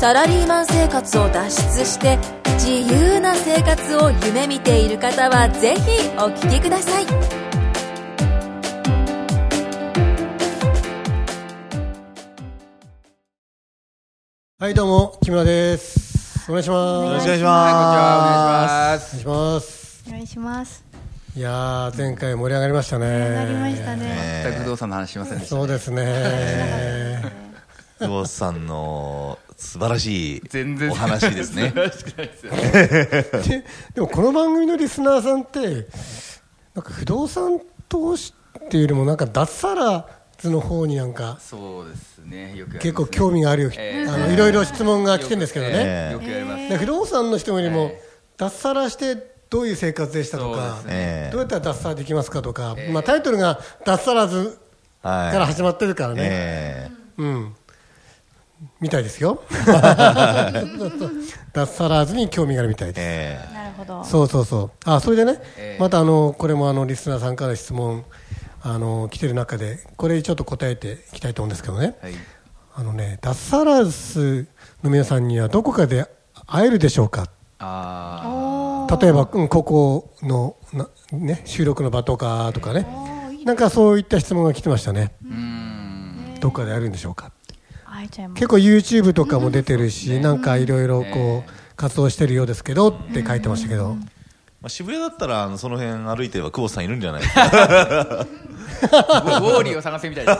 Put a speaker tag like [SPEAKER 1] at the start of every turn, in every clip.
[SPEAKER 1] サラリーマン生活を脱出して自由な生活を夢見ている方はぜひお聞きください
[SPEAKER 2] はい、どうも、木村です。お願いし
[SPEAKER 3] よ
[SPEAKER 2] ま
[SPEAKER 3] ろし
[SPEAKER 2] す。
[SPEAKER 3] くお願い
[SPEAKER 4] はい、こんに
[SPEAKER 3] し
[SPEAKER 4] ち
[SPEAKER 3] ま
[SPEAKER 4] は。お願い
[SPEAKER 3] す。
[SPEAKER 4] しま
[SPEAKER 2] お
[SPEAKER 4] す。
[SPEAKER 2] 願いします。
[SPEAKER 3] お願いします。
[SPEAKER 2] いやー、前回盛り上がりましたね。盛
[SPEAKER 3] なりました。ね。
[SPEAKER 4] 全く不動産の話しませんでした。
[SPEAKER 2] そうですね。
[SPEAKER 5] 久保田さんの素晴らしい
[SPEAKER 4] 全然
[SPEAKER 5] お話です ね。
[SPEAKER 2] ででも、この番組のリスナーさんって、なんか不動産投資っていうよりも、なんか脱サラズの方になんか、
[SPEAKER 4] そうですね。よくやりますね
[SPEAKER 2] 結構興味があるよ、
[SPEAKER 4] ええ
[SPEAKER 2] あのいろいろ質問が来てるんですけどね。
[SPEAKER 4] よくやります。
[SPEAKER 2] で不動産の人よりも
[SPEAKER 4] ええ、
[SPEAKER 2] 脱サラしてどういう生活でしたとか
[SPEAKER 4] そうです、
[SPEAKER 5] え
[SPEAKER 2] どうやったら脱サラできますかとか、まあ、タイトルが脱サラズ
[SPEAKER 5] えは
[SPEAKER 2] から始まってるからね。
[SPEAKER 5] え
[SPEAKER 2] うん。みたいです よ。脱サラーズに興味があるみたい
[SPEAKER 5] え
[SPEAKER 2] です。
[SPEAKER 5] え
[SPEAKER 3] なるほど。
[SPEAKER 2] そうそうそう。あ、それでね、
[SPEAKER 4] ええ
[SPEAKER 2] またあの、これもあの、リスナーさんから質問、あの、来てる中で、これちょっと答えていきたいと思うんですけどね。
[SPEAKER 4] はい。
[SPEAKER 2] あのね、脱サラーズの皆さんにはどこかで会えるでしょうか
[SPEAKER 4] あ
[SPEAKER 3] お
[SPEAKER 2] 例えば、うんここの、なね、収録の場とかとかね。
[SPEAKER 3] おいい。
[SPEAKER 2] なんかそういった質問が来てましたね。
[SPEAKER 4] ーうー ん。
[SPEAKER 2] どこかで会えるんでしょうか
[SPEAKER 3] 会えちゃいます。
[SPEAKER 2] 結構 YouTube とかも出てるし、なんかいろいろこう活動してるようですけどって書いてましたけど、
[SPEAKER 5] まあ、渋谷だったらあのその辺歩いてれば久保田さんいるんじゃないですか。
[SPEAKER 4] ウォーリーを探せみたいです。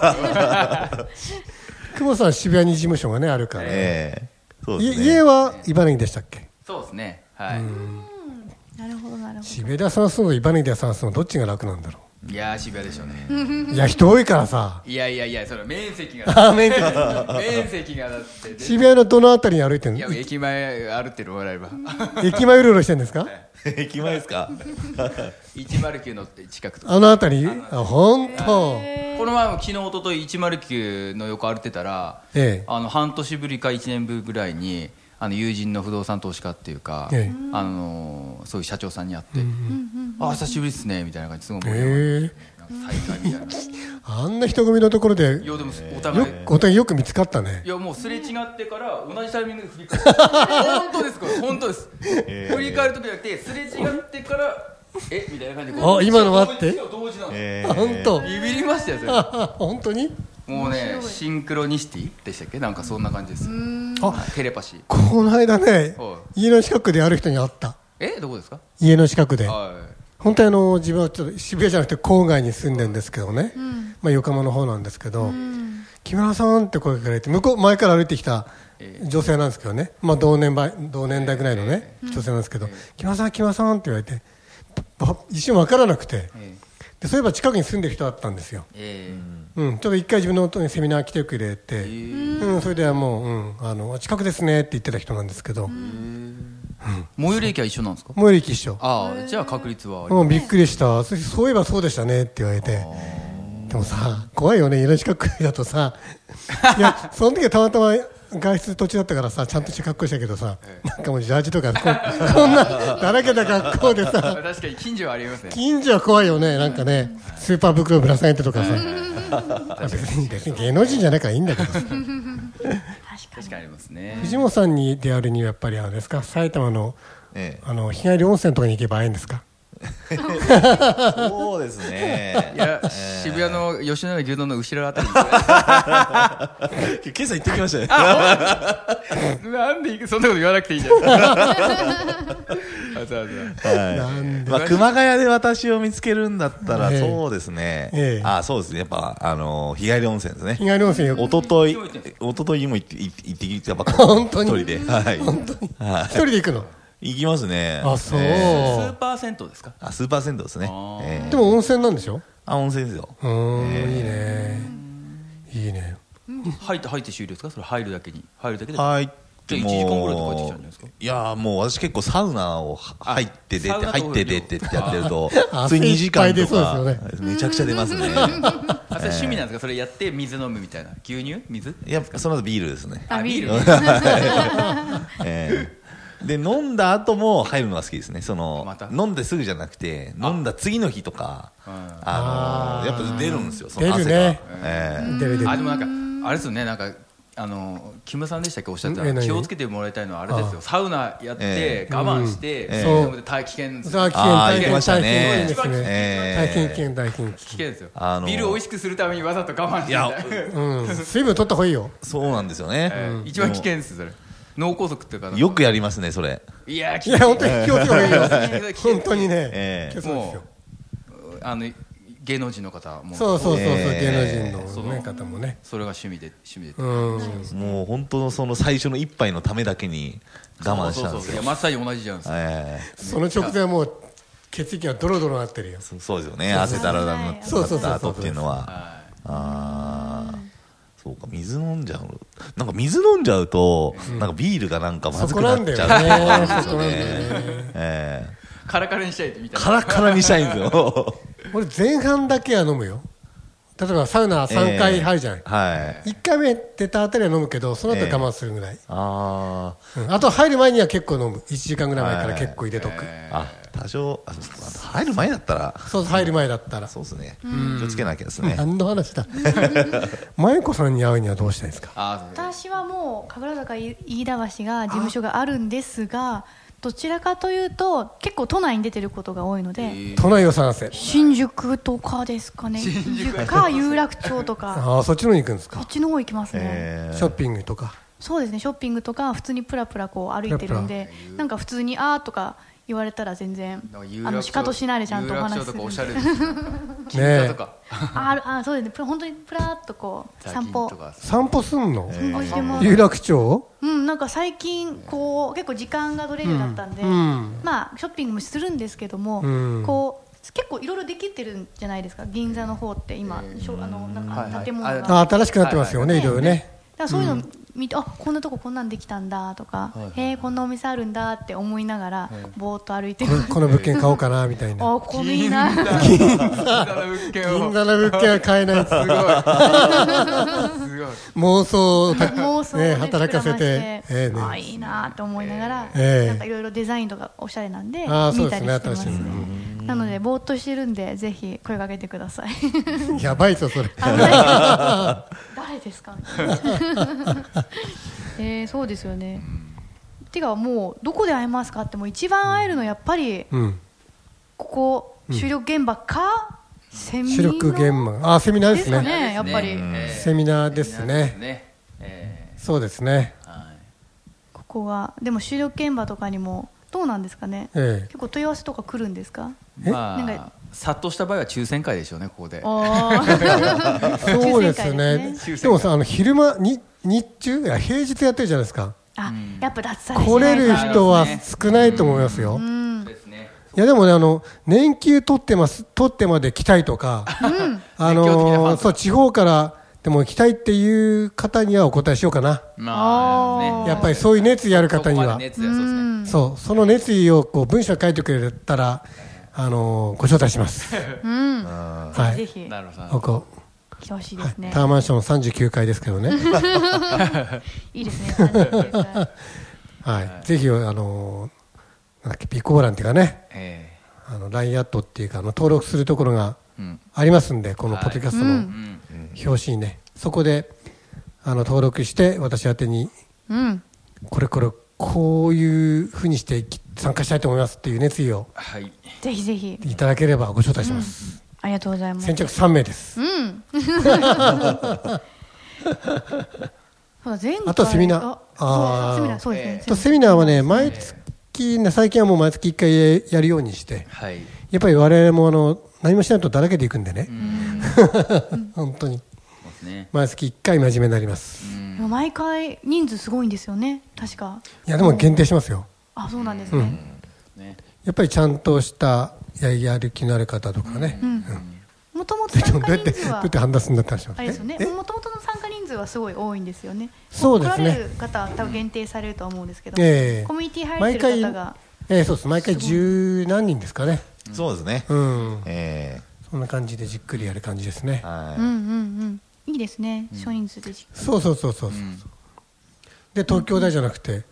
[SPEAKER 2] 久保さん、渋谷に事務所がねあるから、
[SPEAKER 5] ええそう
[SPEAKER 2] い
[SPEAKER 5] ですね。
[SPEAKER 2] 家は茨城でしたっけ、
[SPEAKER 4] そうですね。はい。
[SPEAKER 3] なるほどなるほ
[SPEAKER 2] 渋谷で探すのと茨城で探すの、どっちが楽なんだろ
[SPEAKER 4] いやー渋谷でしょうね。
[SPEAKER 2] う、いや、人多いからさ、
[SPEAKER 4] いやいやいや、それは面積が。
[SPEAKER 2] あ面積
[SPEAKER 4] 面積がだって。
[SPEAKER 2] 渋谷のどの辺りに歩いてる
[SPEAKER 4] いや
[SPEAKER 2] の、
[SPEAKER 4] 駅前歩ってる笑えば。
[SPEAKER 2] 駅前うろうろしてるんですか、
[SPEAKER 5] 駅前ですか。
[SPEAKER 4] 109の近くとか。
[SPEAKER 2] あの辺り、あ本当、
[SPEAKER 4] この前も昨日一昨日109の横歩いてたら、
[SPEAKER 2] ええ
[SPEAKER 4] あの半年ぶりか1年ぶりぐらいにあの友人の不動産投資家っていうか、
[SPEAKER 2] ええ
[SPEAKER 4] あのそういう社長さんに会って、あ久しぶりですねみたいな感じですごい盛り上がる
[SPEAKER 2] え
[SPEAKER 4] なんか再会みた いない
[SPEAKER 2] えあんな人混みのところで、
[SPEAKER 4] やでもお互い
[SPEAKER 2] よお互いよく見つかったね
[SPEAKER 4] い。やもうすれ違ってから同じタイミングで振り返 る本当ですこれ本当です、振り返る時じゃなくてすれ違ってからえみたいな感じでこう
[SPEAKER 2] あ今の待って
[SPEAKER 4] 一応同時なの、
[SPEAKER 5] ええ
[SPEAKER 2] あ本当、
[SPEAKER 4] ビビりましたよそれ
[SPEAKER 2] 本当に
[SPEAKER 4] もうねシンクロニシティでしたっけなんかそんな感じです
[SPEAKER 2] あ
[SPEAKER 4] テレパシー
[SPEAKER 2] この間ね
[SPEAKER 4] は、
[SPEAKER 2] 家の近くである人に会った。
[SPEAKER 4] えどこですか
[SPEAKER 2] 家の近くで。
[SPEAKER 4] は
[SPEAKER 2] 本当にあの、自分はちょっと渋谷じゃなくて郊外に住んでるんですけどね。まあ横浜の方なんですけど、木村さんって声かけられて、向こう、前から歩いてきた女性なんですけどね。まあ同年代、同年代ぐらいのね、女性なんですけど、木村さん、木村さんって言われて、ば一瞬わからなくて
[SPEAKER 4] い。え
[SPEAKER 2] で、そういえば近くに住んでる人だったんですよ。
[SPEAKER 4] え
[SPEAKER 2] うん、ちょっと一回自分の音にセミナー来てくれて、
[SPEAKER 4] え
[SPEAKER 2] うん、それではもう、うん、あの近くですねって言ってた人なんですけど、
[SPEAKER 4] 最寄り駅は一緒なんですか
[SPEAKER 2] もうより一緒、
[SPEAKER 4] ああじゃあ確率はあり
[SPEAKER 2] うん、びっくりした、そそういえばそうでしたねって言われて、でもさ、怖いよね、家の近くだとさ、いや、その時はたまたま外出途中だったからさ、ちゃんとした格好したけどさ、なんかもうジャージとか、こん こんなだらけた格好でさ、
[SPEAKER 4] 確かに近所はありますね
[SPEAKER 2] 近所は怖いよね、なんかね、スーパー袋ぶら下げてとかさ、別に別に芸能人じゃないからいいんだけどさ。
[SPEAKER 4] 確かにありますね
[SPEAKER 2] 藤本さんに出会うにはやっぱりあれですか埼玉の
[SPEAKER 5] え
[SPEAKER 2] あの日帰り温泉とかに行けばいいんですか
[SPEAKER 5] えそうですね。
[SPEAKER 4] いや渋谷の吉野家牛丼の後ろあたりで
[SPEAKER 5] 今朝行ってきましたね。
[SPEAKER 4] す なんで行くそんなこと言わなくていいじゃ ないですかあそうそう
[SPEAKER 2] なん
[SPEAKER 5] はい。まあ熊谷で私を見つけるんだったら
[SPEAKER 2] ええ
[SPEAKER 5] そうですね。
[SPEAKER 2] ええ
[SPEAKER 5] あそうですね。やっぱあの日帰り温泉ですね。
[SPEAKER 2] 日帰り温泉よ
[SPEAKER 5] 一昨日
[SPEAKER 4] 今日行ってんです
[SPEAKER 5] 一昨日も行って行って行ってきたばっかり
[SPEAKER 2] 本当に
[SPEAKER 5] 一人ではい
[SPEAKER 2] 本当に
[SPEAKER 5] は
[SPEAKER 2] 一人で行くの
[SPEAKER 5] い行きますね
[SPEAKER 2] あそう、
[SPEAKER 5] ええ
[SPEAKER 4] スーパー銭湯ですか
[SPEAKER 5] あスーパー銭湯ですね
[SPEAKER 4] あー
[SPEAKER 5] ええ
[SPEAKER 2] でも温泉なんでしょ
[SPEAKER 5] あ温泉ですよ
[SPEAKER 2] うーん、いいねいいね
[SPEAKER 4] 入って入って終了ですかそれ入るだけに入るだけで
[SPEAKER 5] 入っ
[SPEAKER 4] じゃあ1時間ぐらいで帰ってきちゃうんじゃないですか
[SPEAKER 5] もういやーもう私結構サウナをは
[SPEAKER 4] あ
[SPEAKER 5] 入って出て
[SPEAKER 4] サウナと
[SPEAKER 5] 入って出てってやってると
[SPEAKER 2] あ
[SPEAKER 5] 普通に2時間
[SPEAKER 2] 汗い
[SPEAKER 5] と
[SPEAKER 2] っぱ
[SPEAKER 5] か
[SPEAKER 2] い出そう
[SPEAKER 5] めちゃくちゃ出ま すね
[SPEAKER 4] あそれ趣味なんですかそれやって水飲むみたいな牛乳水
[SPEAKER 5] いやその後ビールですね、
[SPEAKER 3] あビール
[SPEAKER 5] ええで飲んだ後も入るのが好きですねその
[SPEAKER 4] また
[SPEAKER 5] 飲んですぐじゃなくて飲んだ次の日とか
[SPEAKER 4] うん
[SPEAKER 5] あのーやっぱ出るんですよその
[SPEAKER 2] 出
[SPEAKER 5] 汗
[SPEAKER 2] る
[SPEAKER 5] が、
[SPEAKER 2] ね
[SPEAKER 5] ええ
[SPEAKER 2] 出る出
[SPEAKER 4] あ
[SPEAKER 2] る
[SPEAKER 4] でもなんかあれですよねなんかあの木村さんでしたっけおっしゃって
[SPEAKER 2] うんえ
[SPEAKER 4] た
[SPEAKER 2] 何
[SPEAKER 4] 気をつけてもらいたいのはあれですよ
[SPEAKER 2] あ
[SPEAKER 4] サウナやって
[SPEAKER 5] え
[SPEAKER 2] え
[SPEAKER 4] 我慢して
[SPEAKER 5] ええ
[SPEAKER 4] 飲むって大危険です
[SPEAKER 2] さ
[SPEAKER 4] よ
[SPEAKER 2] あ危険
[SPEAKER 5] あー
[SPEAKER 2] 大
[SPEAKER 5] 言って
[SPEAKER 2] 変
[SPEAKER 5] ました
[SPEAKER 2] 大
[SPEAKER 5] ね
[SPEAKER 2] 変です
[SPEAKER 4] え
[SPEAKER 2] ね
[SPEAKER 5] え
[SPEAKER 2] 大
[SPEAKER 5] え
[SPEAKER 2] 変危険大変危
[SPEAKER 4] 危険
[SPEAKER 2] 険
[SPEAKER 4] ですよ
[SPEAKER 5] あのー
[SPEAKER 4] ビールを美味しくするためにわざと我慢して
[SPEAKER 5] いや
[SPEAKER 4] みたいな
[SPEAKER 2] うん水分取った方がいいよ
[SPEAKER 5] そうなんですよね、
[SPEAKER 4] えー一番危険ですよそれ脳梗塞っていうかなんか
[SPEAKER 5] よくやりますねそれ
[SPEAKER 4] いやー危
[SPEAKER 2] いや
[SPEAKER 4] 険
[SPEAKER 2] 本当に気をつけた方がいいよ
[SPEAKER 4] 危険
[SPEAKER 2] 本当に
[SPEAKER 5] え
[SPEAKER 2] ね
[SPEAKER 5] え
[SPEAKER 2] 気をつけた方がいいです
[SPEAKER 4] も
[SPEAKER 2] よ
[SPEAKER 4] うあの芸能人の方はもう
[SPEAKER 2] そうそうそうそう
[SPEAKER 5] え
[SPEAKER 2] 芸
[SPEAKER 5] え
[SPEAKER 2] 能人のね方もね
[SPEAKER 4] それが趣味で趣味で
[SPEAKER 2] うん
[SPEAKER 5] もう本当のその最初の一杯のためだけに我慢したんで
[SPEAKER 4] そうそうそ
[SPEAKER 5] す
[SPEAKER 4] うい
[SPEAKER 5] よ。
[SPEAKER 4] やまさに同じじゃないですか
[SPEAKER 5] ええ
[SPEAKER 2] その直前はもう血液がドロドロなってるよ
[SPEAKER 5] そそうですよね。汗だらだらになって
[SPEAKER 2] そうそうそう
[SPEAKER 5] なった後っていうのは、
[SPEAKER 4] は
[SPEAKER 5] ああ、そうか水飲んじゃう。なんか水飲んじゃうと、なんかビーるがなんかま
[SPEAKER 2] そ
[SPEAKER 5] ず
[SPEAKER 2] こ
[SPEAKER 5] く
[SPEAKER 2] な
[SPEAKER 5] なんっ
[SPEAKER 2] だ
[SPEAKER 5] ち
[SPEAKER 2] よね
[SPEAKER 5] ゃう。
[SPEAKER 2] そこなんだよね
[SPEAKER 5] ええ
[SPEAKER 4] いカラカラにしたいみたい
[SPEAKER 5] カ
[SPEAKER 4] な
[SPEAKER 5] ラッカラにしたいんですよ。
[SPEAKER 2] 俺前半だけは飲むよ例えばサウナ3回入るじゃない、
[SPEAKER 5] ええは
[SPEAKER 2] 1
[SPEAKER 5] い。
[SPEAKER 2] 回目出たあたりは飲むけどその後は我慢するぐらい、
[SPEAKER 5] あ
[SPEAKER 2] うんあと入る前には結構飲む1時間ぐらい前から結構入れとく、
[SPEAKER 5] あ、あ多少あそうそう入る前だったら、
[SPEAKER 2] そう入る前だったら
[SPEAKER 5] そうですね。気をつけなきゃですね。
[SPEAKER 2] 何の話だ舞子さんに会うにはどうしたいですか
[SPEAKER 4] あーそう
[SPEAKER 3] 私はもう神楽坂い飯田橋が事務所があるんですがどちらかというと結構都内に出てることが多いので、
[SPEAKER 2] 都内を探せ
[SPEAKER 3] 新宿とかですかね新宿か有楽町とか
[SPEAKER 2] ああそっちの方に行くんです
[SPEAKER 3] こ
[SPEAKER 2] か
[SPEAKER 3] っちの方行きますね、
[SPEAKER 5] ええ
[SPEAKER 2] ショッピングとか
[SPEAKER 3] そうですねショッピングとか普通にプラプラこう歩いてるんでなんか普通に「あー」とか言われたら全然
[SPEAKER 4] なんか有楽
[SPEAKER 3] あの
[SPEAKER 4] 町
[SPEAKER 3] しかとしないでちゃんとお話し
[SPEAKER 4] 有楽町
[SPEAKER 3] す
[SPEAKER 4] とか
[SPEAKER 3] るん
[SPEAKER 4] お
[SPEAKER 3] で
[SPEAKER 4] しゃれですよ銀座
[SPEAKER 2] ね
[SPEAKER 4] と
[SPEAKER 2] え
[SPEAKER 4] か
[SPEAKER 3] ああ本当に本当にプラっとこう散
[SPEAKER 4] ザ
[SPEAKER 3] 歩
[SPEAKER 4] キンとか
[SPEAKER 2] 散歩すんの、
[SPEAKER 3] 歩いてます
[SPEAKER 2] 有楽町
[SPEAKER 3] うんなんか最近こう結構時間が取れるようになったんで、
[SPEAKER 2] うん
[SPEAKER 3] まあショッピングもするんですけども、
[SPEAKER 2] うん
[SPEAKER 3] こう結構いろいろできてるんじゃないですか銀座の方って今、しょあのなん
[SPEAKER 4] はいは
[SPEAKER 3] か
[SPEAKER 4] い
[SPEAKER 3] 建物が、
[SPEAKER 4] あ
[SPEAKER 2] あ新しくなってますよね、いろいろね
[SPEAKER 3] だからそういうの見て、あこんなとここんなんできたんだとか、へえこんなお店あるんだって思いながら、ぼーっと歩いてます、
[SPEAKER 2] この物件買おうかなみたいな
[SPEAKER 3] あこれいいな
[SPEAKER 4] 銀座の物件を
[SPEAKER 2] 銀座の物件は買えない っつ
[SPEAKER 4] すごいすごい
[SPEAKER 2] 妄想をた
[SPEAKER 3] 妄想を、
[SPEAKER 2] ね
[SPEAKER 3] ね、
[SPEAKER 2] 働かせて、ええ
[SPEAKER 3] え
[SPEAKER 2] ね、
[SPEAKER 3] あいいなと思いながら、
[SPEAKER 2] ええ
[SPEAKER 3] なんかいろいろデザインとかおしゃれなんで
[SPEAKER 2] あー
[SPEAKER 3] 見た
[SPEAKER 2] そう
[SPEAKER 3] りしてま
[SPEAKER 2] ですす
[SPEAKER 3] ね
[SPEAKER 2] ね
[SPEAKER 3] なのでぼーっとしてるんでぜひ声かけてく ださい
[SPEAKER 2] やばいぞそれ
[SPEAKER 3] あのね誰ですか えー、そうですよねてかもうどこで会えますかってもう一番会えるのはやっぱり
[SPEAKER 2] うん
[SPEAKER 3] ここ収録現場か、セミの
[SPEAKER 2] 主力現場あセミナー
[SPEAKER 3] で
[SPEAKER 2] ですす
[SPEAKER 3] か
[SPEAKER 2] ね
[SPEAKER 3] ねやっぱり、
[SPEAKER 4] ええ
[SPEAKER 2] セミナーですね
[SPEAKER 4] セミナーですねえ
[SPEAKER 2] そうですね
[SPEAKER 4] えはい
[SPEAKER 3] ここはでも収録現場とかにもどうなんですかね、
[SPEAKER 2] ええ
[SPEAKER 3] 結構問い合わせとか来るんですか
[SPEAKER 4] ま
[SPEAKER 3] なん
[SPEAKER 4] あ
[SPEAKER 3] か
[SPEAKER 4] 殺到した場合は抽選会でしょうねここで
[SPEAKER 2] そうです
[SPEAKER 3] 抽選会
[SPEAKER 2] ね
[SPEAKER 3] です
[SPEAKER 4] ね
[SPEAKER 2] でもさあの昼間に日中いや平日やってるじゃないですか
[SPEAKER 3] あ、やっぱ脱サラし
[SPEAKER 2] 来れる
[SPEAKER 3] ないと
[SPEAKER 2] 人は少ないと思いますよ、
[SPEAKER 4] そうですね
[SPEAKER 2] いやでもねあの年休取ってます取ってまで来たいとか、あ
[SPEAKER 4] 熱狂的なファン
[SPEAKER 2] の
[SPEAKER 4] とか
[SPEAKER 2] そう地方からでも来たいっていう方にはお答えしようかな、
[SPEAKER 4] まあね
[SPEAKER 2] やっぱりそういう熱意ある方に
[SPEAKER 4] そこ
[SPEAKER 2] は
[SPEAKER 4] まで熱意はそうですね
[SPEAKER 2] そうその熱意をこう文章に書いてくれたらあのご招待します、は
[SPEAKER 3] ぜ
[SPEAKER 2] い
[SPEAKER 3] ひ
[SPEAKER 4] なるほどなるほ
[SPEAKER 2] ここ、
[SPEAKER 3] 来てほしいですね、
[SPEAKER 2] タワーマンション39階ですけどね、
[SPEAKER 3] い、いですね39回
[SPEAKER 2] はいぜひあのなんだっけ備考欄っていうかね
[SPEAKER 4] どえ
[SPEAKER 2] あの LINE アットっていうかあの登録するところが
[SPEAKER 4] えうん
[SPEAKER 2] ありますんでこのポッドキャストの、
[SPEAKER 4] う、ん
[SPEAKER 2] 表紙にねそこであの登録して私宛てに
[SPEAKER 3] うん
[SPEAKER 2] これこれこういうふうにしてき参加したいと思いますっていう熱意を
[SPEAKER 4] はい
[SPEAKER 3] ぜひぜひ
[SPEAKER 2] いただければご招待します、
[SPEAKER 3] ありがとうございます
[SPEAKER 2] 先着3名です、
[SPEAKER 3] そうだ前回
[SPEAKER 2] あとセミナー
[SPEAKER 3] あ
[SPEAKER 2] あー
[SPEAKER 3] そうセミナーそうです
[SPEAKER 4] え
[SPEAKER 3] ね
[SPEAKER 4] え、
[SPEAKER 2] とセミナーはね毎月ね最近はもう毎月1回やるようにして
[SPEAKER 4] はい
[SPEAKER 2] やっぱり我々もあの何もしないとだらけていくんでね、本当に
[SPEAKER 4] そうですね
[SPEAKER 2] 毎月1回真面目になります、
[SPEAKER 3] でも毎回人数すごいんですよね確か
[SPEAKER 2] いやでも限定しますよ
[SPEAKER 3] あそうなんですね、
[SPEAKER 4] ね
[SPEAKER 2] やっぱりちゃんとしたややる気のある方とかね、うん
[SPEAKER 3] もともと参
[SPEAKER 2] でもどう
[SPEAKER 3] 加
[SPEAKER 2] やって
[SPEAKER 3] 人
[SPEAKER 2] ど
[SPEAKER 3] 数
[SPEAKER 2] うや
[SPEAKER 3] は
[SPEAKER 2] って判断するんだったんでしょう
[SPEAKER 3] あれですよねもともとの参加人数はがすごい多いんですよね。
[SPEAKER 2] そうですね
[SPEAKER 3] 来られる方は多分限定されるとは思うんですけど、
[SPEAKER 2] ええ
[SPEAKER 3] コミュニティ入られ
[SPEAKER 2] 毎
[SPEAKER 3] て
[SPEAKER 2] 回
[SPEAKER 3] る方が、
[SPEAKER 2] えーそうです毎回十何人ですかね、
[SPEAKER 5] そうですね。
[SPEAKER 2] うん、
[SPEAKER 5] え
[SPEAKER 2] そんな感じでじっくりやる感じですね
[SPEAKER 5] え。は
[SPEAKER 3] うんうんうん、いいですね。少人数でじ
[SPEAKER 2] そうそうそうそうそう、で東京大じゃなくて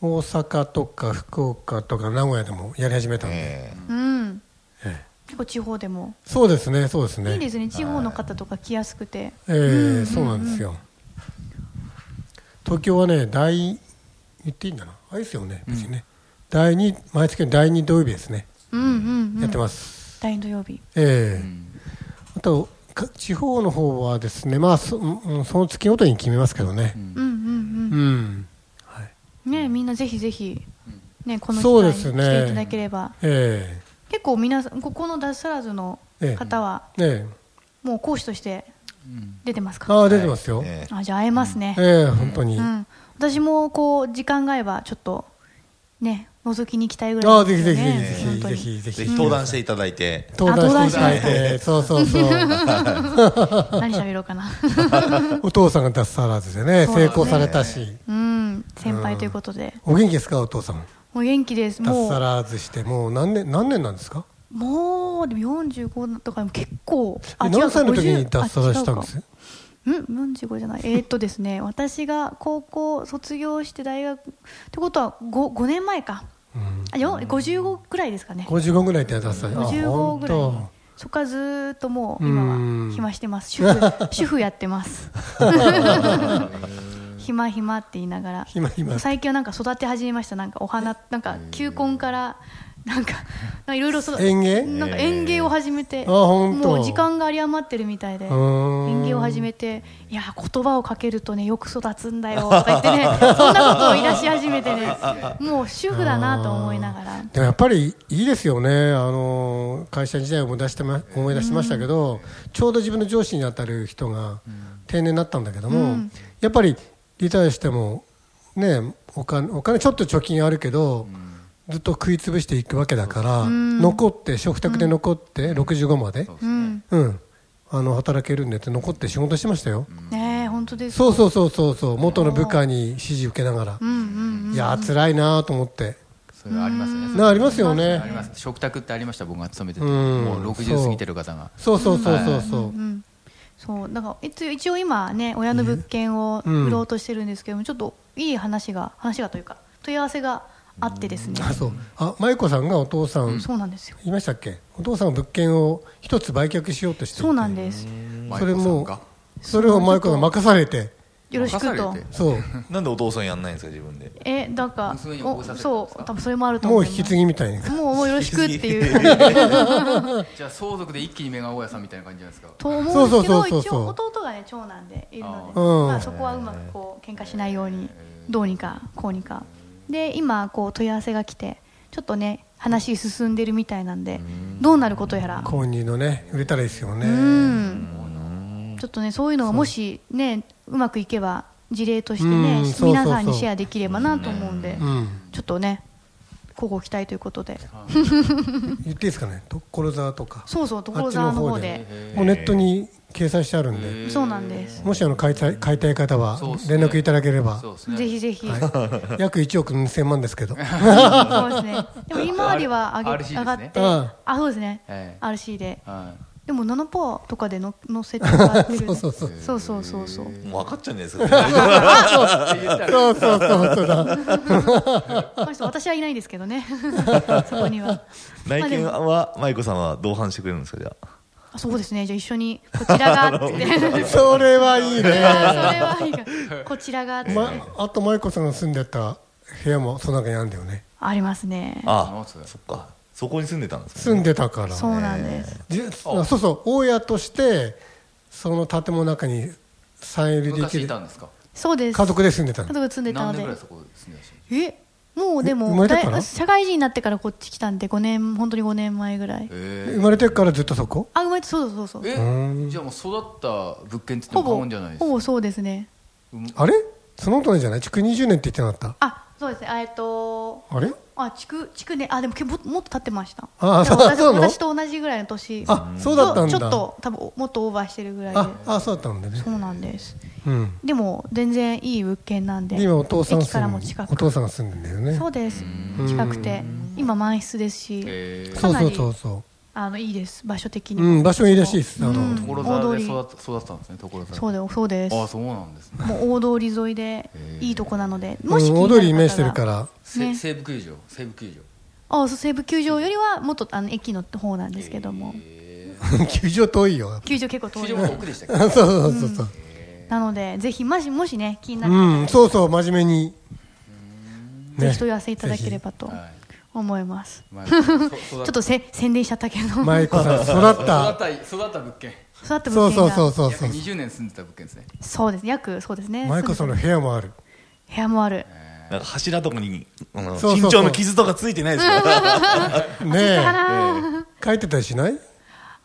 [SPEAKER 2] 大阪とか福岡とか名古屋でもやり始めた
[SPEAKER 5] い。
[SPEAKER 2] んで、
[SPEAKER 5] ええ
[SPEAKER 3] うん、
[SPEAKER 2] ええ
[SPEAKER 3] 結構地方でも
[SPEAKER 2] そうですねそうですね
[SPEAKER 3] いいですね。地方の方とか来やすくて、
[SPEAKER 2] ええそうなんですよ東京はね第言っていいんだなあれですよね別にね、第二毎月の第2土曜日ですね、
[SPEAKER 3] うんうんうん、
[SPEAKER 2] やってます
[SPEAKER 3] 第二土曜日、
[SPEAKER 2] ええ
[SPEAKER 4] うん
[SPEAKER 2] あとか地方の方はですねまあそ,うん、うんその月ごとに決めますけどね
[SPEAKER 3] うんうん
[SPEAKER 2] うん、はい、
[SPEAKER 3] うん、ねみんなぜひぜひねこの機
[SPEAKER 2] そうで
[SPEAKER 3] 会に
[SPEAKER 2] す
[SPEAKER 3] 来
[SPEAKER 2] ね
[SPEAKER 3] ていただければ、
[SPEAKER 2] え
[SPEAKER 3] 結構皆さんここの脱サラズの方は
[SPEAKER 2] えええ
[SPEAKER 3] もう講師として出てますか。
[SPEAKER 2] ああ出てますよ、
[SPEAKER 5] え
[SPEAKER 3] あじゃあ会えますね。
[SPEAKER 2] ええ本当に、
[SPEAKER 3] うん、私もこう時間があればちょっとね覗きに行きたいぐらい
[SPEAKER 2] ああ
[SPEAKER 3] なんで
[SPEAKER 2] ぜひ
[SPEAKER 3] すよ
[SPEAKER 2] ぜひぜひ
[SPEAKER 3] ね本当
[SPEAKER 2] ぜ
[SPEAKER 3] に
[SPEAKER 2] ひぜ
[SPEAKER 5] え
[SPEAKER 2] ひ
[SPEAKER 5] ぜひ登壇していただいて。
[SPEAKER 2] 登壇していただい
[SPEAKER 3] あ登
[SPEAKER 2] てそうそう そう
[SPEAKER 3] 何喋ろうかな
[SPEAKER 2] お父さんが脱サラーズでね
[SPEAKER 3] そうですね
[SPEAKER 2] 成功されたし
[SPEAKER 3] うん先輩ということで
[SPEAKER 2] お元気ですかお父さん
[SPEAKER 3] もう元気です
[SPEAKER 2] 脱
[SPEAKER 3] も
[SPEAKER 2] サ
[SPEAKER 3] う
[SPEAKER 2] ラーズしてもう何年何年なんですか
[SPEAKER 3] もうでも45とかでも結構
[SPEAKER 2] え何歳の時に
[SPEAKER 3] 50
[SPEAKER 2] 脱サラしたんで
[SPEAKER 3] あ違
[SPEAKER 2] す
[SPEAKER 3] うかうん45じゃない えーっとですね私が高校卒業して大学ってことは 5, 5年前か、あよ55ぐらいですかね
[SPEAKER 2] 55ぐらいで脱サラあ
[SPEAKER 3] 55
[SPEAKER 2] 本
[SPEAKER 3] ぐらいに
[SPEAKER 2] 当
[SPEAKER 3] そっからずーっともう
[SPEAKER 2] う
[SPEAKER 3] 今
[SPEAKER 2] ん
[SPEAKER 3] は暇してます主婦 主婦やってます暇暇って言いながら
[SPEAKER 2] 暇暇
[SPEAKER 3] 最近はなんか育て始めましたなんかお花なんか球根からなんかなんかいろいろ育て
[SPEAKER 2] 園芸
[SPEAKER 3] なんか園芸を始めて
[SPEAKER 2] あ本当
[SPEAKER 3] もう時間が有り余ってるみたいで
[SPEAKER 2] ーん
[SPEAKER 3] 園芸を始めていやー言葉をかけるとねよく育つんだよとか言ってねそんなことを言い出し始めてねもう主婦だなと思いな がら。
[SPEAKER 2] でもやっぱりいいですよね、あの会社時代を思い出してま思い出しましたけど、ちょうど自分の上司に当たる人が定年になったんだけども、
[SPEAKER 3] うん
[SPEAKER 2] やっぱりリタイアしても、ね、お金お金ちょっと貯金あるけど、ずっと食い潰していくわけだから、残って食卓で残って、65まで、
[SPEAKER 3] うん
[SPEAKER 2] うん、あの働けるんでって残って仕事してましたよ、
[SPEAKER 3] ねえ本当です
[SPEAKER 2] そうそうそうそうそう元の部下に指示受けながら、
[SPEAKER 3] うんうん
[SPEAKER 2] いやー辛いなーと思って、
[SPEAKER 4] それはありますよね
[SPEAKER 2] なありますよね。
[SPEAKER 4] あります食卓ってありました僕が勤めてて
[SPEAKER 2] うん
[SPEAKER 4] もう60過ぎてる方が
[SPEAKER 2] そうそうそうそうそう
[SPEAKER 3] う。んそうだから一応一応今ね親の物件を
[SPEAKER 2] うん
[SPEAKER 3] 売ろうとしてるんですけども、ちょっといい話が話がというか問い合わせがあってですね、
[SPEAKER 2] あそうあ真由子さんがお父さん、
[SPEAKER 3] そうなんですよ
[SPEAKER 2] 言いましたっけお父さんは物件を一つ売却しようとしていて
[SPEAKER 3] そうなんです
[SPEAKER 2] それも
[SPEAKER 4] 舞妓さんが
[SPEAKER 2] それを真由子が任されて
[SPEAKER 3] よろしく
[SPEAKER 4] 任
[SPEAKER 3] と
[SPEAKER 4] されて
[SPEAKER 2] そう
[SPEAKER 5] なんでお父さんやんないんですか、自分で。
[SPEAKER 3] えだか
[SPEAKER 4] 娘に
[SPEAKER 3] ら
[SPEAKER 4] 応募
[SPEAKER 3] お
[SPEAKER 4] させたんですか
[SPEAKER 3] そう多分それもあると
[SPEAKER 2] も
[SPEAKER 3] 思
[SPEAKER 2] う
[SPEAKER 3] い
[SPEAKER 2] 引
[SPEAKER 3] ます
[SPEAKER 2] き継ぎみたいな
[SPEAKER 3] もうもうよろしくっていう 感じ
[SPEAKER 4] じゃあ相続で一気にメガ大家さんみたいな感じじゃないですか
[SPEAKER 3] と思うんですけ
[SPEAKER 2] そうそう
[SPEAKER 3] ど
[SPEAKER 2] そうそう
[SPEAKER 3] 一応弟がね長男でいるので
[SPEAKER 2] あー
[SPEAKER 3] ま
[SPEAKER 2] うん
[SPEAKER 3] あ、そこはうまくこう喧嘩しないようにどうにかこうにかで今こう問い合わせが来てちょっとね話進んでるみたいなんでどうなることやら
[SPEAKER 2] 購入のね売れたらいいですよね
[SPEAKER 3] うんちょっとねそういうのがもしねうまくいけば事例としてね
[SPEAKER 2] うんそうそうそう
[SPEAKER 3] 皆さんにシェアできればなと思うんで
[SPEAKER 2] うん
[SPEAKER 3] ちょっとねここ期待ということで
[SPEAKER 2] 言っていいですかね所沢とか
[SPEAKER 3] そうそう所沢の方
[SPEAKER 2] あっち
[SPEAKER 3] で
[SPEAKER 2] もうネットに掲載してあるんで
[SPEAKER 3] そうなんです
[SPEAKER 2] もしあの買いたい買いたい方は
[SPEAKER 4] そうっすね
[SPEAKER 2] 連絡いただければ、
[SPEAKER 4] そうですね
[SPEAKER 3] ぜひぜひ、
[SPEAKER 2] 約1億2000万ですけ ど
[SPEAKER 3] そうですねでも今までは上
[SPEAKER 4] RC で
[SPEAKER 3] げ
[SPEAKER 4] すね
[SPEAKER 3] 上がって
[SPEAKER 2] うん
[SPEAKER 3] あそうですね
[SPEAKER 4] ええ
[SPEAKER 3] RC で
[SPEAKER 4] はい
[SPEAKER 3] でも7パーとかでの乗せてもらって る
[SPEAKER 2] そうそうそう
[SPEAKER 3] そうそうそうそう
[SPEAKER 5] もう分かっちゃうんじゃないですか。
[SPEAKER 2] そうそうそうそうだ
[SPEAKER 3] まあ私はいないんですけ どねそこには
[SPEAKER 5] 内見は、舞子さんは同伴してくれるんですか、じゃあ。
[SPEAKER 3] あそうですねじゃあ一緒にこちらがっ て
[SPEAKER 2] それはいい
[SPEAKER 3] それ
[SPEAKER 2] ね
[SPEAKER 3] はいいかこちらがって、
[SPEAKER 2] ま、あと舞子さんが住んでた部屋もその中にあるんだよね
[SPEAKER 3] ありますね
[SPEAKER 5] あ
[SPEAKER 4] そう、
[SPEAKER 5] そっか。そこに住んでたんです
[SPEAKER 2] 住
[SPEAKER 5] ね。
[SPEAKER 2] んでたから
[SPEAKER 3] そうなんです、
[SPEAKER 2] じそうそう大家としてその建物の中に 3LDK
[SPEAKER 4] 昔い
[SPEAKER 2] で
[SPEAKER 4] たんですか
[SPEAKER 3] そうです
[SPEAKER 2] 家族で住んでた
[SPEAKER 3] 家
[SPEAKER 2] の
[SPEAKER 3] 族住んでた
[SPEAKER 4] 何
[SPEAKER 3] の
[SPEAKER 4] 年
[SPEAKER 3] で
[SPEAKER 4] ぐらいそこですね
[SPEAKER 3] えもうで
[SPEAKER 2] え生
[SPEAKER 3] も
[SPEAKER 2] まれてから
[SPEAKER 3] だい社会人になってからこっち来たんで5年本当に5年前ぐらい
[SPEAKER 4] え
[SPEAKER 2] 生まれてからずっとそこ
[SPEAKER 3] あ生まれてそうそうそうそう
[SPEAKER 4] え
[SPEAKER 2] うん
[SPEAKER 4] じゃあもう育った物件って言っても
[SPEAKER 3] ほ
[SPEAKER 4] 過
[SPEAKER 3] ぼ
[SPEAKER 4] 言じゃないです
[SPEAKER 3] ほぼそうですね
[SPEAKER 2] あれそのことじゃない築20年って言ってなかっ
[SPEAKER 3] あそうですねあえっと
[SPEAKER 2] たあれ
[SPEAKER 3] あ、地区、地区ね、あ、でも、けも、もっと経ってました。
[SPEAKER 2] あ
[SPEAKER 3] でも
[SPEAKER 2] そう
[SPEAKER 3] 私
[SPEAKER 2] そうなの
[SPEAKER 3] 私と同じぐらいの年。
[SPEAKER 2] あそうだったんだ
[SPEAKER 3] ちょちょっと、多分、もっとオーバーしてるぐらいで。
[SPEAKER 2] ああそうだったんだね
[SPEAKER 3] そうなんです。
[SPEAKER 2] うん、
[SPEAKER 3] でも全然いい物件なんで
[SPEAKER 2] で今お父さん
[SPEAKER 3] 駅か
[SPEAKER 2] 住
[SPEAKER 3] ら
[SPEAKER 2] んで
[SPEAKER 3] も近
[SPEAKER 2] お
[SPEAKER 3] く
[SPEAKER 2] 父さんが住んでんだよね
[SPEAKER 3] そうです
[SPEAKER 2] うん
[SPEAKER 3] 近くて今満室ですし、
[SPEAKER 4] えー
[SPEAKER 2] そう
[SPEAKER 3] かな
[SPEAKER 2] そう
[SPEAKER 3] り
[SPEAKER 2] そうそ
[SPEAKER 3] あのいいです場所的に
[SPEAKER 2] う、
[SPEAKER 3] も、
[SPEAKER 2] うん、場所いいらしいですあの、
[SPEAKER 3] うん
[SPEAKER 4] 所沢で育っ育ったんですね所沢
[SPEAKER 3] そうでそうです
[SPEAKER 4] ああそうなんですね
[SPEAKER 3] もう大通り沿いで
[SPEAKER 4] へー
[SPEAKER 3] いいとこなので
[SPEAKER 2] うん
[SPEAKER 3] もし気になる方が
[SPEAKER 2] 大通りに面してるから
[SPEAKER 4] せ
[SPEAKER 3] ね
[SPEAKER 4] 西武球場西武球場
[SPEAKER 3] あそう西武球場よりはもっとあの駅の方なんですけども、
[SPEAKER 4] え
[SPEAKER 2] 球場遠いよ
[SPEAKER 3] 球場結
[SPEAKER 4] ー
[SPEAKER 3] 構遠
[SPEAKER 4] 球
[SPEAKER 3] い
[SPEAKER 4] 場も奥でしたっ
[SPEAKER 2] そう
[SPEAKER 4] け
[SPEAKER 2] そうそうそう、
[SPEAKER 3] なのでぜひもしもしね気にな
[SPEAKER 2] う
[SPEAKER 3] る方
[SPEAKER 2] ん
[SPEAKER 3] がいたら
[SPEAKER 2] そうそう真面目に、
[SPEAKER 3] ぜひ問い合わせいただければと
[SPEAKER 4] は
[SPEAKER 3] 思います、
[SPEAKER 4] いまあそ
[SPEAKER 3] ちょ
[SPEAKER 4] 育
[SPEAKER 3] っとせ宣伝しちゃったけど
[SPEAKER 2] 舞子さん育っ
[SPEAKER 4] った
[SPEAKER 2] た
[SPEAKER 4] 育った育った物件
[SPEAKER 3] 育っ
[SPEAKER 2] そ
[SPEAKER 3] た物
[SPEAKER 2] う
[SPEAKER 3] 件
[SPEAKER 2] そう
[SPEAKER 3] が
[SPEAKER 2] そうそうそ
[SPEAKER 4] 約
[SPEAKER 2] う
[SPEAKER 4] 20年住んでた物件ですね
[SPEAKER 3] そうですね約そうですね
[SPEAKER 2] 舞子さんの部屋もある
[SPEAKER 3] 部屋もある
[SPEAKER 5] なんか柱とかに、あの
[SPEAKER 2] そうそうそう
[SPEAKER 5] 身長の傷とかついてない ですから。
[SPEAKER 2] ねえ書いてたりしない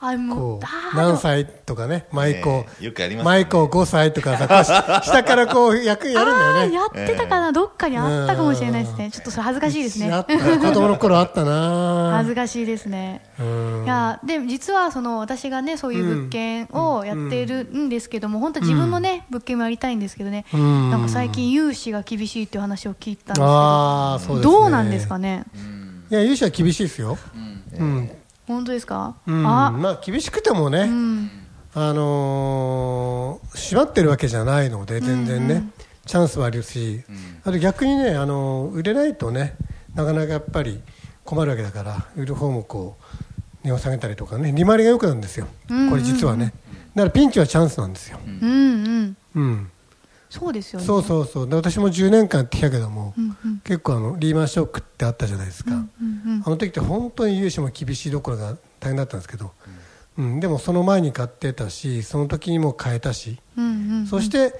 [SPEAKER 3] あも
[SPEAKER 2] こう
[SPEAKER 3] うあ
[SPEAKER 2] 何
[SPEAKER 3] ー
[SPEAKER 2] 歳とかね舞子、
[SPEAKER 5] ええよくやりますよね
[SPEAKER 2] 舞子5歳とかさこうし 下からこう役やるんだ
[SPEAKER 3] あ
[SPEAKER 2] よ
[SPEAKER 3] ー
[SPEAKER 2] ね
[SPEAKER 3] やってたかな、どっかにあったかもしれないですねちょっとそれ恥ずかしいですね
[SPEAKER 2] やった子供の頃あったな
[SPEAKER 3] 恥ずかしいですね、いやで実はその私がねそういう物件をやってるんですけども、本当は自分のね、物件もやりたいんですけどね、
[SPEAKER 2] ん
[SPEAKER 3] なんか最近融資が厳しいっていう話を聞いたんですけど
[SPEAKER 2] ああそうです、ね、
[SPEAKER 3] どうなんですかね
[SPEAKER 2] いや融資は厳しいですようん、
[SPEAKER 3] 本当ですか、
[SPEAKER 2] うん
[SPEAKER 3] あ
[SPEAKER 2] まあ厳しくてもね、
[SPEAKER 3] うん
[SPEAKER 2] あのー縛ってるわけじゃないので全然ね、チャンスはあるし、あと逆にね、あのー売れないとねなかなかやっぱり困るわけだから売る方もこう値を下げたりとかね利回りが良くなるんですよ、これ実はねだからピンチはチャンスなんですよ、
[SPEAKER 3] うんうん
[SPEAKER 2] うん、
[SPEAKER 3] そうですよね
[SPEAKER 2] そうそうそうで私も10年間やってきたけども、
[SPEAKER 3] んうん
[SPEAKER 2] 結構あのリーマンショックってあったじゃないですか、
[SPEAKER 3] うんうん
[SPEAKER 2] あの時って本当に融資も厳しいどころが大変だったんですけど、うんでもその前に買ってたしその時にも買えたし、
[SPEAKER 3] うんうん
[SPEAKER 2] そして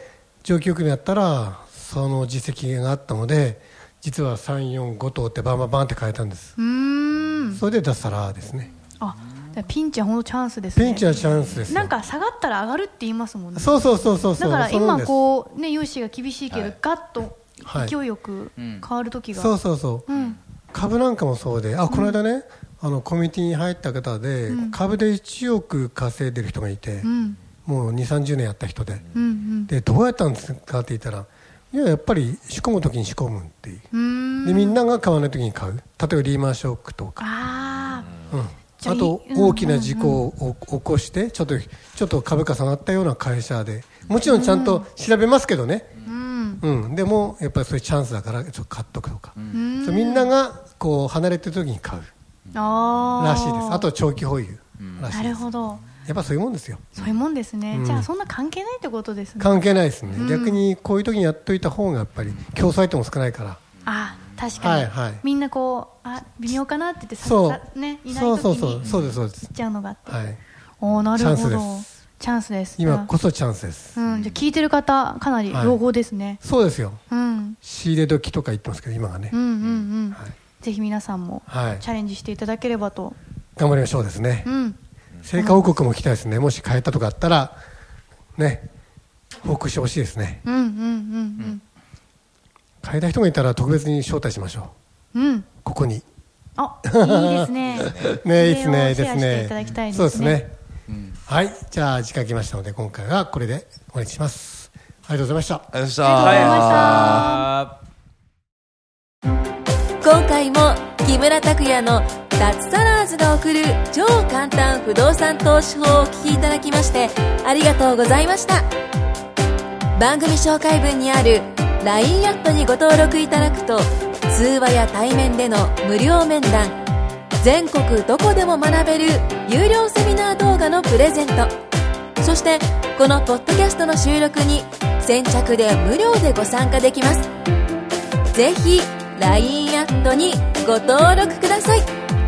[SPEAKER 2] 上級局にやったらその実績があったので実は345棟ってバンバンバンって変えたんです、
[SPEAKER 3] うーん
[SPEAKER 2] それで脱サラですね
[SPEAKER 3] あだからピンチは本当チャンスですね
[SPEAKER 2] ピンチはチャンスですよ
[SPEAKER 3] なんか下がったら上がるって言いますもんね
[SPEAKER 2] そうそうそうそうそ
[SPEAKER 3] だ
[SPEAKER 2] う
[SPEAKER 3] から
[SPEAKER 2] そうなん
[SPEAKER 3] 今
[SPEAKER 2] です
[SPEAKER 3] こうね融資が厳しいけど、
[SPEAKER 4] はい
[SPEAKER 3] ガッと
[SPEAKER 2] はい
[SPEAKER 3] 勢いよく変わる時が、
[SPEAKER 2] そうそうそう、
[SPEAKER 3] うん
[SPEAKER 2] 株なんかもそうであこの間ね、あのコミュニティに入った方で、株で1億稼いでる人がいて、
[SPEAKER 3] うん
[SPEAKER 2] もう2 3 0年やった人で、
[SPEAKER 3] うん
[SPEAKER 2] でどうやったんですかって言ったらいややっぱり仕込む時に仕込むっていう、
[SPEAKER 3] うんうーん
[SPEAKER 2] でみんなが買わない時に買う例えばリーマンショックとか
[SPEAKER 3] あ
[SPEAKER 2] うん
[SPEAKER 3] じゃあ
[SPEAKER 2] あと
[SPEAKER 3] いいうん
[SPEAKER 2] 大きな事故を起こしてちょっとちょっと株価下がったような会社でもちろんちゃんと調べますけどね、
[SPEAKER 3] ーうん
[SPEAKER 2] うん、でもやっぱりそういうチャンスだからちょっと買っとくとか、
[SPEAKER 3] ん
[SPEAKER 2] そうみんながこう離れてる時に買う
[SPEAKER 3] あー
[SPEAKER 2] らしいですあとは長期保有らし
[SPEAKER 3] ない
[SPEAKER 2] で
[SPEAKER 3] る
[SPEAKER 2] す、
[SPEAKER 3] ほど
[SPEAKER 2] やっぱそういうもんですよ
[SPEAKER 3] そういうもんですね、
[SPEAKER 2] うん
[SPEAKER 3] じゃあそんな関係ないってことですね
[SPEAKER 2] 関係ないですね、逆にこういう時にやっといた方がやっぱり競争相手も少ないから
[SPEAKER 3] あ確かに、
[SPEAKER 2] はいはい
[SPEAKER 3] みんなこうあ微妙かなって言ってさ
[SPEAKER 2] そう
[SPEAKER 3] さねいない
[SPEAKER 2] そう
[SPEAKER 3] 時
[SPEAKER 2] そう
[SPEAKER 3] に
[SPEAKER 2] そうそ
[SPEAKER 3] 行
[SPEAKER 2] うですそうです
[SPEAKER 3] っちゃうのがあって、
[SPEAKER 2] はい
[SPEAKER 3] おおなるほど
[SPEAKER 2] チャンスで
[SPEAKER 3] チャンスです
[SPEAKER 2] 今こそチャンスです、
[SPEAKER 3] うん、じゃあ聞いてる方かなり
[SPEAKER 2] はい
[SPEAKER 3] 朗報ですね、
[SPEAKER 2] そうですよ
[SPEAKER 3] うん、
[SPEAKER 2] 仕入れ時とか言ってますけど今がね、
[SPEAKER 3] うんうんうん、
[SPEAKER 2] はい
[SPEAKER 3] ぜひ皆さんも
[SPEAKER 2] はい
[SPEAKER 3] チャレンジしていただければと、
[SPEAKER 2] 頑張りましょうですね、
[SPEAKER 3] うん、
[SPEAKER 2] 成果報告も聞きたいですねもし変えたとかあったらね報告してほしいですね
[SPEAKER 3] うんうんうん
[SPEAKER 2] 変えた人がいたら特別に招待しましょ
[SPEAKER 3] うんうん
[SPEAKER 2] うここ に
[SPEAKER 3] あいいですね
[SPEAKER 2] ねいいですねいい
[SPEAKER 3] そ
[SPEAKER 2] で
[SPEAKER 3] れ
[SPEAKER 2] す
[SPEAKER 3] をシェアしていただ
[SPEAKER 2] ね
[SPEAKER 3] きたいですね
[SPEAKER 2] そうですね、はいじゃあ時間来ましたので今回はこれでお願いしますありがとうございました
[SPEAKER 5] ありがとうございまし
[SPEAKER 3] ありがとうご
[SPEAKER 5] た
[SPEAKER 4] あ
[SPEAKER 3] ざいました、
[SPEAKER 1] 今回も木村拓哉の脱サラーズが送る超簡単不動産投資法をお聞きいただきましてありがとうございました番組紹介文にある LINE アットにご登録いただくと通話や対面での無料面談全国どこでも学べる有料セミナー動画のプレゼントそしてこのポッドキャストの収録に先着で無料でご参加できますぜひ LINE アットにご登録ください